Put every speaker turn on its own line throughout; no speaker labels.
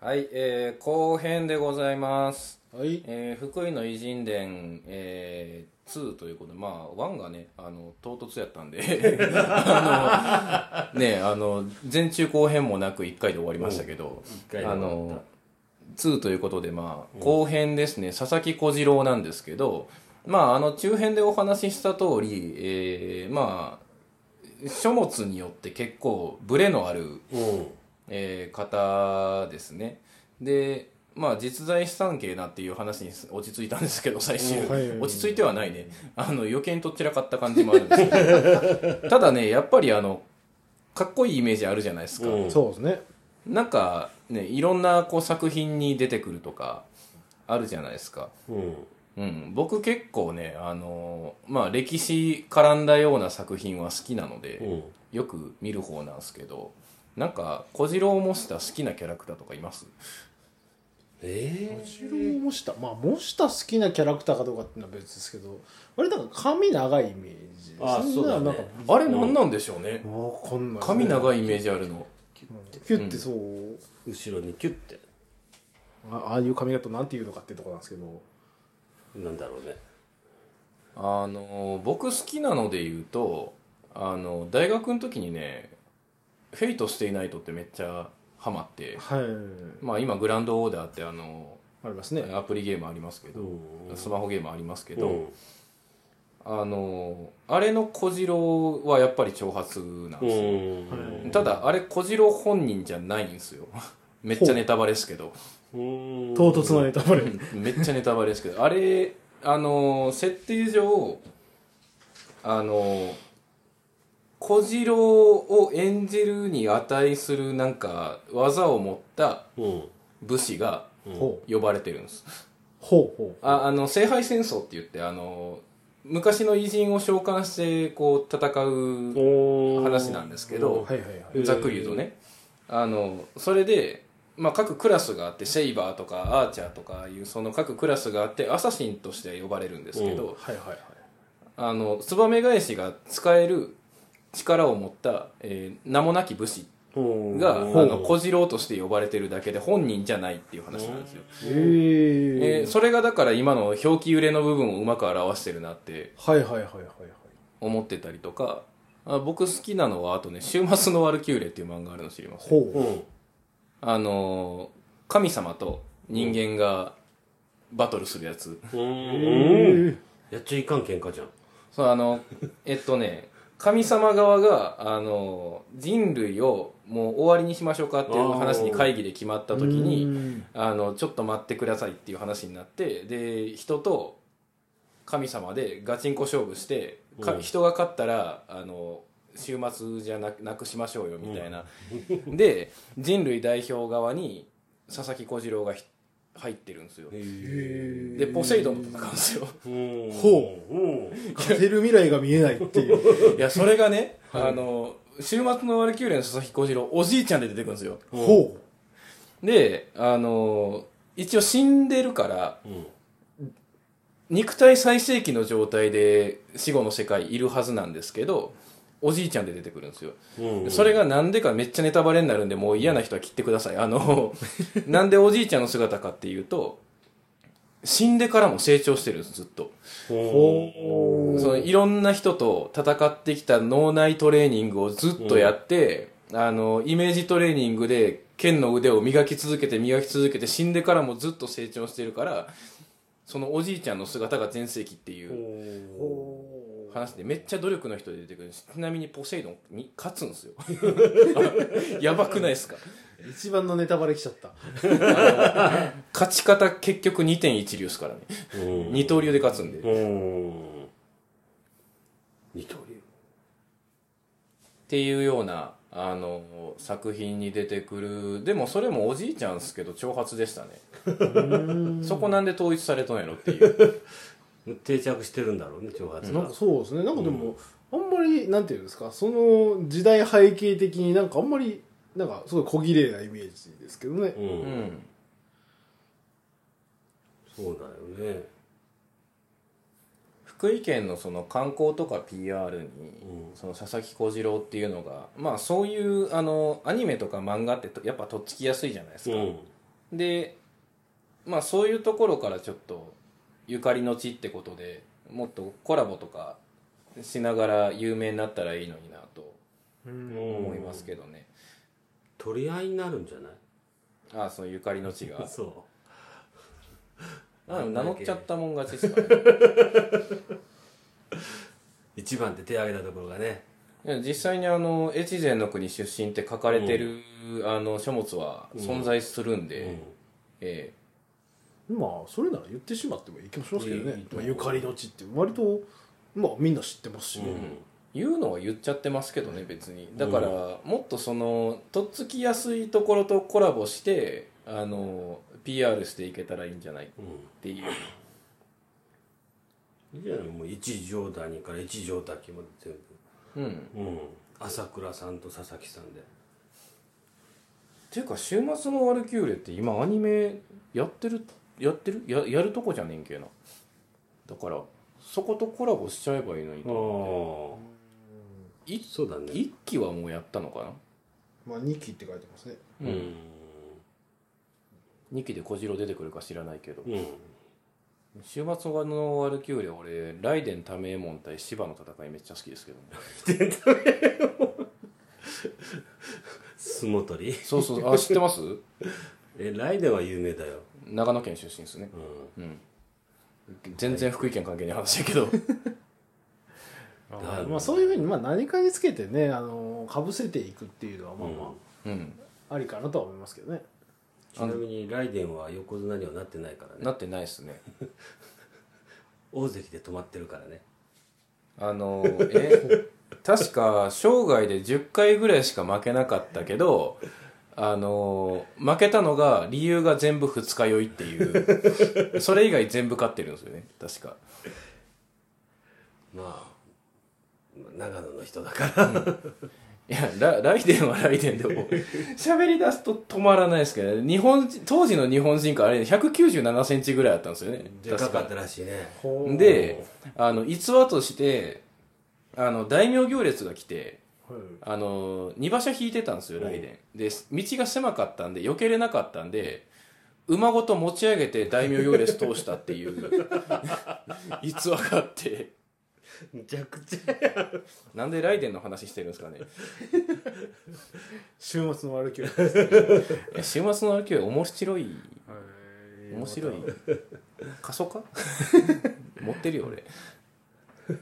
はい、えー後編でございます、
はい
えー福井の偉人伝、えー2ということでまあ1がねあの唐突やったんで あのねあの前中後編もなく1回で終わりましたけど
回で
あ
終わった
の2ということでまあ後編ですね佐々木小次郎なんですけどまああの中編でお話しした通り、えーまあ書物によって結構ブレのある
うん
えー方ですねでまあ実在資産系なっていう話に落ち着いたんですけど最終、
うんはいはいはい
落ち着いてはないねあの余計にとっちらかった感じもあるんですけ どただねやっぱりあのかっこいいイメージあるじゃないですか、
うん
そうですね
なんかねいろんなこう作品に出てくるとかあるじゃないですか
うん
うん、僕結構ね、あのーまあ、歴史絡んだような作品は好きなので、
うん
よく見る方なんですけどなんか小次郎を模した好きなキャラクターとかいます
ええ
後ろも模したまあ模した好きなキャラクターかどうかっていうのは別ですけど割となんか髪長いイメージです
あそうだね
なんか
あれ何なんでしょうね、
わかんない
髪
い
長いイメージあるの
キュッてそう、
後ろにキュッて
あああいう髪型なんていうのかっていうところなんですけど
なんだろうね
あのー僕好きなので言うとあの大学の時にね「フェイトしていないと」ってめっちゃハマって
はい
まあ今グランドオーダーってあの
ありますね
アプリゲームありますけど、
ん
スマホゲームありますけ
け
ど、あのあれの小次郎はやっぱり挑発なん
う
ですよ、
ん
はい
ただあれ小次郎本人じゃないんですよ めっちゃネタバレですけど
うん
唐突なネタバレ
めっちゃネタバレですけどあれあの設定上あの小次郎を演じるに値するなんか技を持った
うん
武士が
ほう
呼ばれてるんです
ほうほう
ああの聖杯戦争って言ってあの昔の偉人を召喚してこう戦う話なんですけど
はいはいはい
うん
ざっくり言うとね、あのそれで、まあ、各クラスがあってシェイバーとかアーチャーとかいうその各クラスがあってアサシンとして呼ばれるんですけど、
はいはいはい
あのツバメ返しが使える力を持った、えー名もなき武士が、
が
あの小次郎として呼ばれてるだけで本人じゃないっていう話なんですよ、
え
え
え
ーそれがだから今の表記揺れの部分をうまく表してるなって
はいはいはいはいはい
思ってたりとかあ僕好きなのはあとね「週末のワルキューレ」っていう漫画あるの知ります
ほう
うん
あのー神様と人間がバトルするやつ。
うんやっちゃいかん喧嘩じゃん
そう、あの、 えっとね、神様側が、あのー人類をもう終わりにしましょうかっていう話に会議で決まった時に、
に
あの、ちょっと待ってくださいっていう話になって、で、人と神様でガチンコ勝負して、か
うん
人が勝ったら、あの週末じゃなくなくしましょうよみたいな、で人類代表側に佐々木小次郎がひ入ってるんですよでポセイドンと戦うんですよ
うん
ほ
うん
勝てる未来が見えないっ ていう
いやそれがね、あの週末のワルキューレの佐々木小次郎おじいちゃんで出てくるんですよ
ほ
であの一応死んでるから
うん
肉体最盛期の状態で死後の世界いるはずなんですけどおじいちゃんで出てくるんですよ
うん
それがなんでかめっちゃネタバレになるんでもう嫌な人は切ってくださいあのなんでおじいちゃんの姿かっていうと死んでからも成長してるんですずっと
ほ
そのいろんな人と戦ってきた脳内トレーニングをずっとやって、あのイメージトレーニングで剣の腕を磨き続けて磨き続けて死んでからもずっと成長してるからそのおじいちゃんの姿が全盛期っていう
う
ほ
ほ
話でめっちゃ努力の人で出てくるしちなみにポセイドンに勝つんですよ やばくないですか
う一番のネタバレ来ちゃった
勝ち方結局2点一流ですからね
うん
二刀流で勝つんで、っ
うん二刀流
ていうようなあの作品に出てくるでもそれもおじいちゃんですけど挑発でしたねそこなんで統一されとんやろっていう
定着してるんだろうね挑発
なん
が
かそうですねなんかでも、あんまりなんていうんですかその時代背景的になんかあんまりなんかすごい小綺麗なイメージですけどね
う、
うんん
そうだよね
福井県のその観光とか PR に、
うん
その佐々木小次郎っていうのがまあそういうあのアニメとか漫画ってとやっぱとっつきやすいじゃないですか、
う
でまあそういうところからちょっとゆかりの地ってことでもっとコラボとかしながら有名になったらいいのになと思いますけどね、
取り合いになるんじゃない
ああそのゆかりの地が
そ
あ名乗っちゃったもん勝ちですからね
う一番で手挙げたところがね
いや実際にあの越前の国出身って書かれてる、あの書物は存在するんで、ええ
まあそれなら言ってしまってもいい気もしますけど
いい
ね
と、
ま
思
あ、
う
ゆかりの地って割とまあみんな知ってますしね、
言うのは言っちゃってますけどね別にだから、もっとそのとっつきやすいところとコラボしてあの PR していけたらいいんじゃないっ
う
ていうん
いいじゃないもう一条谷から一条滝まで全
うん
部うん朝倉さんと佐々木さんで
ていうか「週末のワルキューレ」って今アニメやってるやってるややるとこじゃねえんけなだからそことコラボしちゃえばいいのに
ああ
い
そうだね
一期はもうやったのか
まあ2期って書いてますね
う
うんな2期で小次郎出てくるか知らないけど
うん
週末のワルキューレ俺ライデンタメエモン対芝の戦いめっちゃ好きですけどね
相撲取り
そうそうあ知ってます
えライデンは有名だよ
長野県出身ですね
うん
うん全然福井県関係ない話だけど
なるほど
まあ、そういうふうにまあ何かにつけてねあのかぶせていくっていうのはまあま
うん
あありかなとは思いますけどね、
ちなみにライデンは横綱にはなってないからね
なってないですね
大関で止まってるからね
あのえ確か生涯で10回ぐらいしか負けなかったけどあの負けたのが理由が全部二日酔いっていうそれ以外全部勝ってるんですよね確か
まあ長野の人だから
いやラライデンはライデンでも喋り出すと止まらないですけどね日本人当時の日本人からあれ1 9 7センチぐらいあったんですよね
でかかったらしいね
で、あの、逸話として、あの、大名行列が来て、あの、二馬車引いてたんですよ、雷電。で、道が狭かったんで、避けれなかったんで、馬ごと持ち上げて大名行列通したっていう逸話があって、
めちゃくちゃ
なんで雷電の話してるんですかね。
週末の悪気は
いや週末の勢い面白い。面白い。過疎化持ってるよ、俺。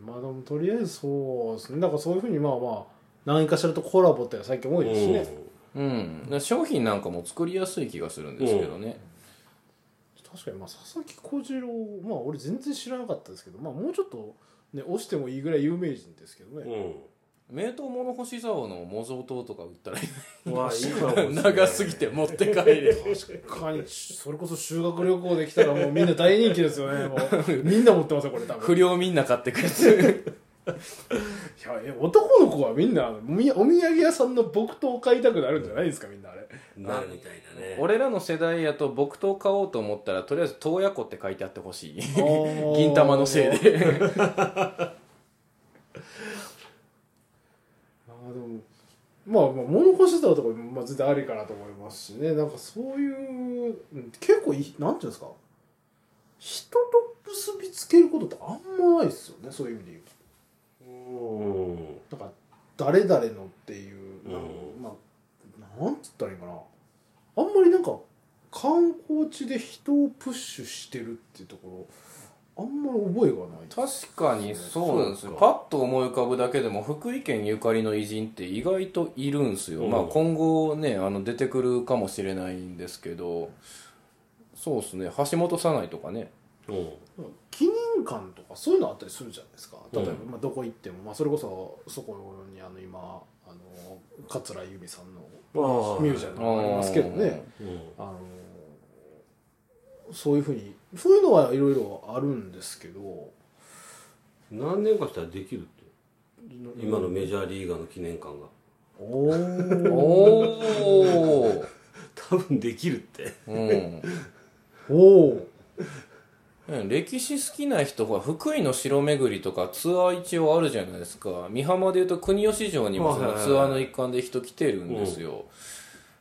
まあでもとりあえずそうですねだからそういうふうにまあまあ何かしらとコラボって最近多いですしね、
うん。だから商品なんかも作りやすい気がするんですけどね。
確かにまあ佐々木小次郎まあ俺全然知らなかったですけどまあもうちょっとね押してもいいぐらい有名人ですけど
う
ね、
ん
名刀物干し竿の模造刀とか売ったらいい
うんわあいいかもしれない
長すぎて持って帰れ
確かにそれこそ修学旅行できたらもうみんな大人気です よねもうみんな持ってますよこれ多分
不良みんな買ってくや つ
いやえ男の子はみんなおみお土産屋さんの木刀を買いたくなるんじゃないですかみんなあれ
なるみたいだね
俺らの世代やと木刀買おうと思ったらとりあえず洞爺湖って書いてあってほ しい 銀
銀
玉のせいで
あーでもまあ、まあ、物干し竿とかも、まあ、全然ありかなと思いますしねなんかそういううん結構いなんていうんですか人と結びつけることってあんまないですよねそういう意味で言う
うん
となんか誰々のっていうなんか
う
まあ、なんつったらいいかなあんまりなんか観光地で人をプッシュしてるっていうところあんまり覚えがない
確かにそうなんですよ
そうか
パッと思い浮かぶだけでも福井県ゆかりの偉人って意外といるんですよ、
うん
まあ今後ねあの出てくるかもしれないんですけどそうですね橋本さないとかね
うん
記念館とかそういうのあったりするじゃないですか例えば、
うん
まあ、どこ行っても、まあ、それこそそこにあの今あの桂由美さん
あ
のミュージアムがありますけどね
うん
あのそういうふうにそういうのはいろいろあるんですけど
何年かしたらできるって今のメジャーリーガーの記念館が
お ー
おおー、
多分できるって
うん
おー
うん歴史好きな人が福井の城巡りとかツアー一応あるじゃないですか美浜でいうと国吉城にもそのツアーの一環で人来てるんですよ、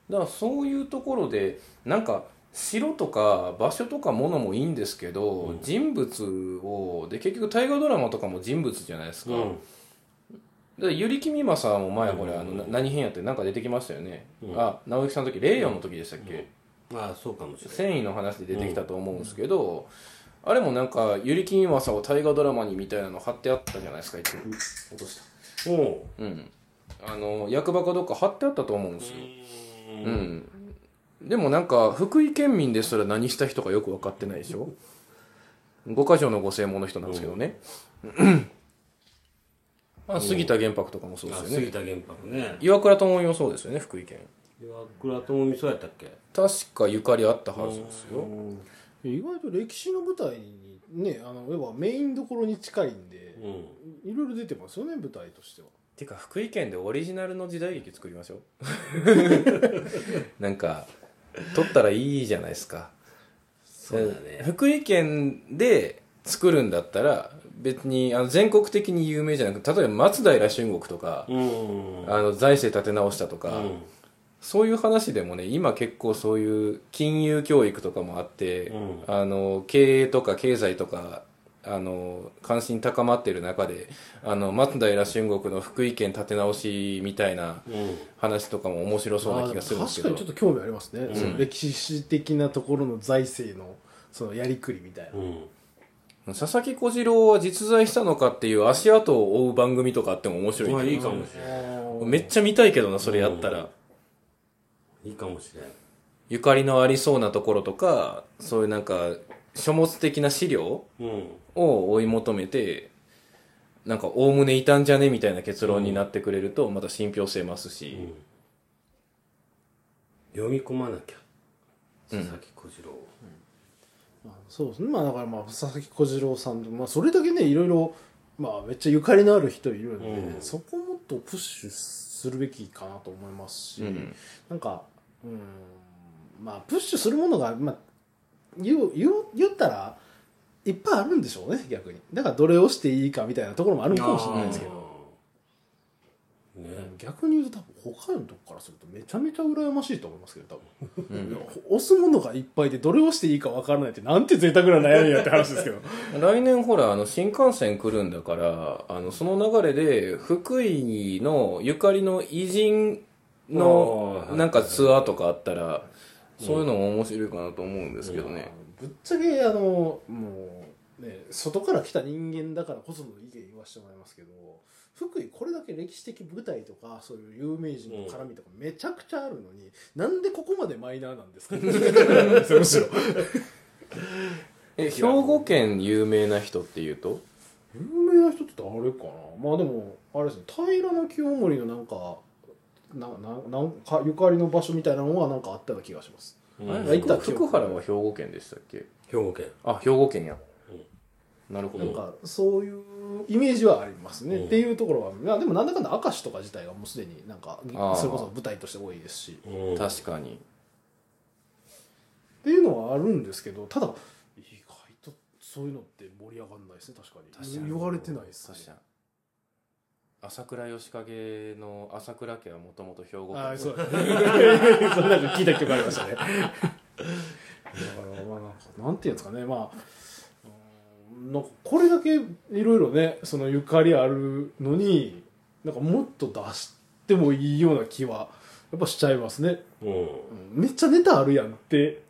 だからそういうところでなんか城とか場所とかものもいいんですけど、
うん
人物をで結局大河ドラマとかも人物じゃないですか、
う
だ
ん
からゆりきみまさんも前ほら、
うん
あのな何編やってなんか出てきましたよね、
うん
あ直之さんの時令和の時でしたっけ、
ああそうかもしれない
繊維の話で出てきたと思うんですけど、あれもなんかゆりきみまさんを大河ドラマにみたいなの貼ってあったじゃないですか一応落とした
おう
うんあの役場かどっか貼ってあったと思うんですようん、でもなんか福井県民ですら何した人かよく分かってないでしょ五箇条のご専門の人なんですけどね、まあ、杉田玄白とかもそうで
あ
すよ
杉
ね
田玄白ね
岩倉智美もそうですよね福井県
岩倉智美そうやったっけ
確かゆかりあったはずですよ
意外と歴史の舞台にねあの要はメインどころに近いんで
うん
いろいろ出てますよね舞台としては
てか福井県でオリジナルの時代劇作りまし ょうなんか撮ったらいいじゃないですか
そうだね
福井県で作るんだったら別にあの全国的に有名じゃなくて例えば松平春国とか、
うん
あの財政立て直したとか、
うん
そういう話でもね今結構そういう金融教育とかもあって、
うん
あの経営とか経済とかあの関心高まってる中であの松平春国の福井県立て直しみたいな
うん
話とかも面白そうな気がするんです
確
け
か
ど
にちょっと興味ありますね、その歴史的なところの財政のそのやりくりみたいな、
うん
佐々木小次郎は実在したのかっていう足跡を追う番組とかあっても面白い,、
まあいいかもしれない
めっちゃ見たいけどなそれやったら、
いいかもしれない
ゆかりのありそうなところとかそういうなんか書物的な資料
うん
を追い求めてなんかおおむねいたんじゃねみたいな結論になってくれるとまた信憑性増すし、
うん読み込まなきゃ佐々木小次郎を
まあそうですねまあだからまあ佐々木小次郎さんと、まあ、それだけねいろいろまあめっちゃゆかりのある人いるんで、
うん
そこもっとプッシュするべきかなと思いますし、
うん
なんかうんまあプッシュするものが、まあ、言う言う言ったらいっぱいあるんでしょうね逆にだからどれをしていいかみたいなところもあるかもしれないですけど
あーね
逆に言うと多分他のとこからするとめちゃめちゃ羨ましいと思いますけど多分、押すものがいっぱいでどれをしていいか分からないってなんて贅沢な悩みやって話ですけど
来年ほらあの新幹線来るんだからあのその流れで福井のゆかりの偉人の
あー
なんかツアーとかあったらそういうのも面白いかなと思うんですけどね、
ぶっちゃけあのもうね外から来た人間だからこその意見言わせてもらいますけど福井これだけ歴史的舞台とかそういう有名人の絡みとかめちゃくちゃあるのに、なんでここまでマイナーなんですかむ しろ
え兵庫県有名な人っていうと
有名な人って誰かなまあでもあれですね平の清盛のなんかなななんかゆかりの場所みたいなのはなんかあったような気がします
うん
あ
ん行った記
福
憶
原は兵庫県でしたっけ
兵庫県
あ兵庫県や、なるほ
な
ど
んかそういうイメージはありますね、
うん
っていうところはまあでもなんだかんだ明石とか自体がもうすでになんか
あー
それこそ舞台として多いですし
うん
確かに
っていうのはあるんですけどただ意外とそういうのって盛り上がんないですね確かに言われてないですね
確かに朝倉義景の朝倉家はもともと兵庫
ああ
県
そうそれなんか聞いた記憶ありましたねだからまあなんかなんていうんですかねまあうーんなんかこれだけいろいろねそのゆかりあるのになんかもっと出してもいいような気はやっぱしちゃいますね、
うん
うんめっちゃネタあるやんって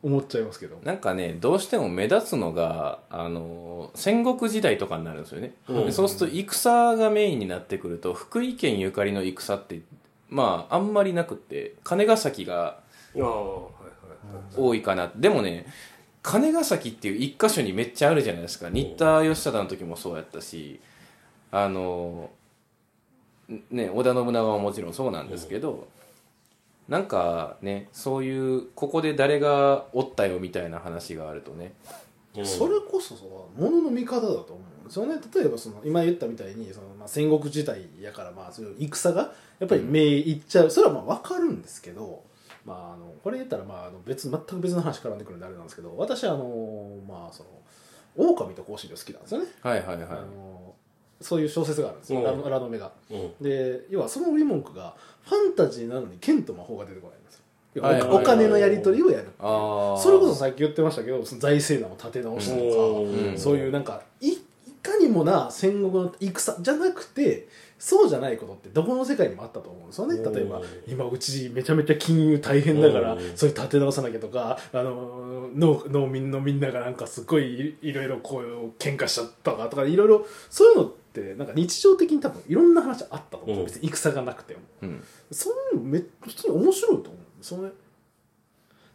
思っちゃいますけど
なんかねどうしても目立つのがあの戦国時代とかになるんですよね、
うん
でそうすると戦がメインになってくると福井県ゆかりの戦ってまああんまりなくって金ヶ崎が
ああはいはい
多いかなでもね金ヶ崎っていう一箇所にめっちゃあるじゃないですか新田義貞の時もそうやったしあのね織田信長はもちろんそうなんですけど、なんかねそういうここで誰がおったよみたいな話があるとね
うん
それこそさものの見方だと思うんですよね例えばその今言ったみたいにその、まあ、戦国時代やからまあそういう戦がやっぱり目いっちゃう、それはまあ分かるんですけど、まあ、あのこれ言ったらまああの別全く別の話絡んでくるんであれなんですけど私あのまあその狼と甲子園が好きなんですよね、
はいはい
あ
は
のそういう小説があるんですよ、
うん
ラノラノベが
うん
で要はその売り文句がファンタジーなのに剣と魔法が出てこないんですよ要は
はいはいはい
お金のやり取りをやる
ああ
それこそさっき言ってましたけどその財政難を立て直したりとか、
うん
そういうなんかいいかにもな戦国の戦じゃなくてそうじゃないことってどこの世界にもあったと思うんですよ
おー
ね例えば今うちめちゃめちゃ金融大変だから
おー
それ立て直さなきゃとかあの農農民のみんながなんかすごいいいろいろこう喧嘩しちゃったかとかいろいろそういうのってなんか日常的に多分いろんな話あったと思
う
うん別に戦がなくても
うん
そういうのめ普通に面白いと思うんですよね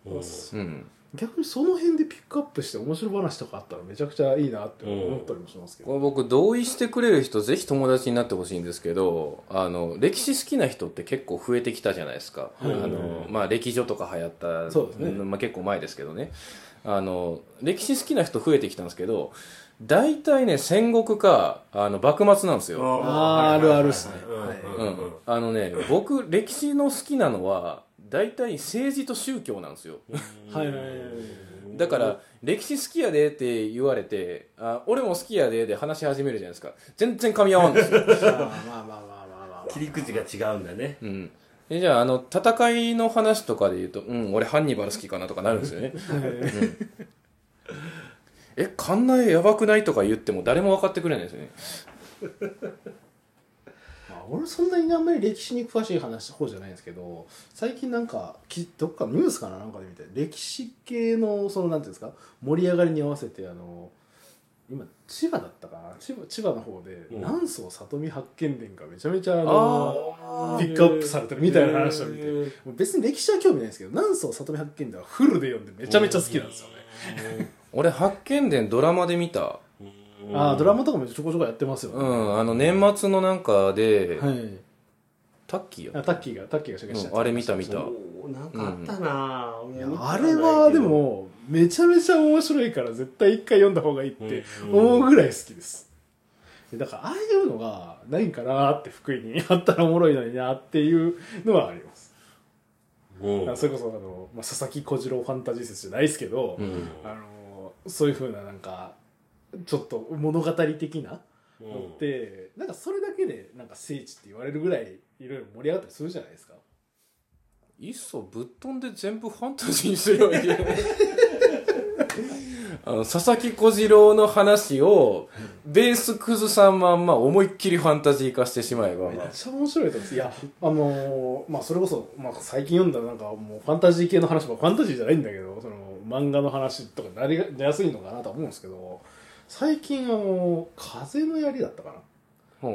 うん
うん
逆にその辺でピックアップして面白い話とかあったらめちゃくちゃいいなって思ったりもしますけど
これ僕同意してくれる人ぜひ友達になってほしいんですけどあの歴史好きな人って結構増えてきたじゃないですか、
はい
あのまあ、歴女とか流行った
そうですね
まあ、結構前ですけどねあの歴史好きな人増えてきたんですけど大体ね戦国かあの幕末なんですよ、
あーあるあるっすね
うんあのね僕歴史の好きなのは大体政治と宗教なんですよ
はいはいはいはい
だから歴史好きやでって言われてあ俺も好きやでで話し始めるじゃないですか全然噛み合わんですよ
まあまあまあまあまあまあ、ま
切り口が違うんだね
うん、えじゃああの戦いの話とかで言うと「うん俺ハンニバル好きかな」とかなるんですよ ね
あはい
「え館内やばくない?」とか言っても誰も分かってくれないですよね
まあ、俺そんなにあんまり歴史に詳しい話方じゃないんですけど最近なんかきどっかニュースかななんかで見て歴史系のそのなんていうんですか盛り上がりに合わせてあの今千葉だったかな千葉千葉の方で
うん
南宋里見発見伝がめちゃめちゃあ
あ
のピックアップされてるみたいな話を見てもう別に歴史は興味ないんですけど南宋里見発見伝はフルで読んでめちゃめちゃ好きなんですよね、
ね
俺発見伝ドラマで見た
ああドラマとかもちょこちょこやってますよ
う
ね、
んあの年末のなんかで、
はい
タッキーや
あタッキーがタッキーが紹介したやつ、
うんあれ見た見た
おーなんかあったな、
い
俺
や
見てない
あ
け
れ
ど
はでもめちゃめちゃ面白いから絶対一回読んだ方がいいって思うぐらい好きですだからああいうのがないんかなって福井にあったらおもろいのになっていうのはあります
うん
それこそあの、まあ、佐々木小次郎ファンタジー説じゃないですけど、
うん
あのそういうふうななんかちょっと物語的なのって、なんかそれだけでなんか聖地って言われるぐらいいろいろ盛り上がったりするじゃないですか
いっそぶっ飛んで全部ファンタジーにすればいいんじゃない あの佐々木小次郎の話をベース崩さんまんま思いっきりファンタジー化してしまえば
めっちゃ面白いと思います。いや、あのーまあ、それこそ、まあ、最近読んだなんかもうファンタジー系の話もファンタジーじゃないんだけど、その漫画の話とかなりやすいのかなとは思うんですけど、最近あの風の槍だったかなっ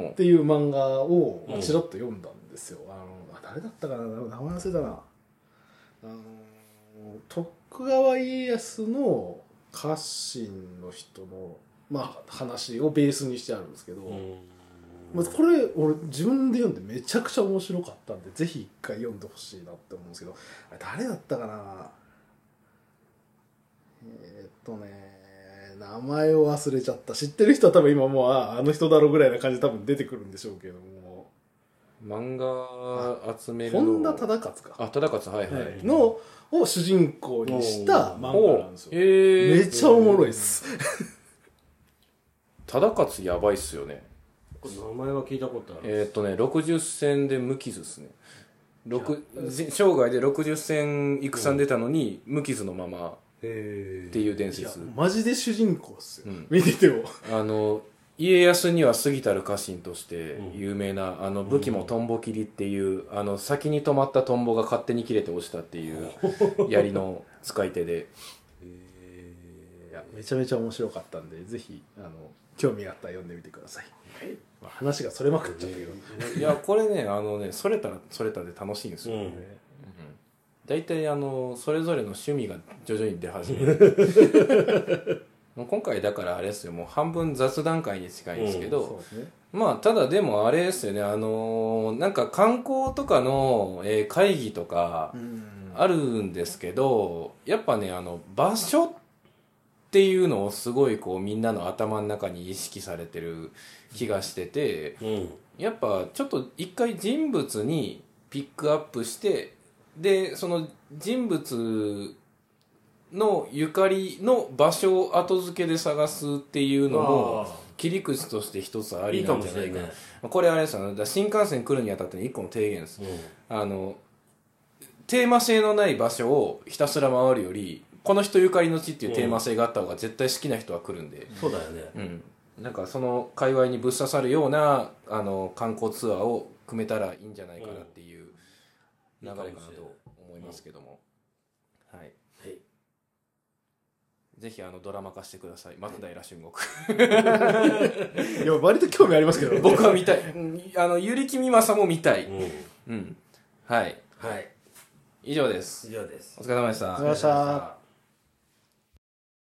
うん
ていう漫画を
うん
ちらっと読んだんですよ。あの、あ誰だったかな名前忘れたな。あのー徳川家康の家臣の人の、まあ、話をベースにしてあるんですけど、まあ、これ俺自分で読んでめちゃくちゃ面白かったんでぜひ一回読んでほしいなって思うんですけどあれ誰だったかなえーっとね名前を忘れちゃった知ってる人は多分今もうああの人だろうぐらいな感じで多分出てくるんでしょうけども
漫画集めるの
本田忠勝か、
あ忠勝はいはい、
はいのを主人公にした漫
お
画なんですよ
え
め
ー、
っちゃおもろいっす
忠勝やばいっすよね
名前は聞いたことある、
えーっとね60戦で無傷っすね六ぜ生涯で60戦戦出たのに無傷のまま
え
っていう伝
いや
説
マジで主人公っすよ、
うん
見てても
あの家康には過ぎたる家臣として有名な、あの武器もトンボ切りっていう、あの先に止まったトンボが勝手に切れて落ちたっていう槍の使い手で
いやめちゃめちゃ面白かったんでぜひあの興味があったら読んでみてください、まあ、話がそれまくっちゃったけど、
いやこれねあのねそれたらそれたで楽しいんですよ、
うん
大体あのそれぞれの趣味が徐々に出始める もう今回だからあれですよもう半分雑談会に近いんですけど、
そうですね
まあただでもあれですよねあのなんか観光とかの、えー会議とか
うん
あるんですけどやっぱねあの場所っていうのをすごいこうみんなの頭の中に意識されてる気がしてて、
うん
やっぱちょっと一回人物にピックアップしてでその人物のゆかりの場所を後付けで探すっていうのも切り口として一つあ
い
り
いか
なん
も
じゃ
し
な
れ
い
ん
かな
ね。
まあこれあれですよねだから新幹線来るにあたっての一個の提言です、あのテーマ性のない場所をひたすら回るよりこの人ゆかりの地っていうテーマ性があった方が絶対好きな人は来るんで
うん、そうだよね。
うん、なんかその界隈にぶっ刺さるようなあの観光ツアーを組めたらいいんじゃないかなっていう流れかなと思いますけども、はい、
はい
ぜひあのドラマ化してください松平春国
いや割と興味ありますけど
僕は見たいうんあのゆりきみまさも見たい、
うん
うん、はい
はい。
以上です
以上です
お。疲れ様でした
お疲れ様でした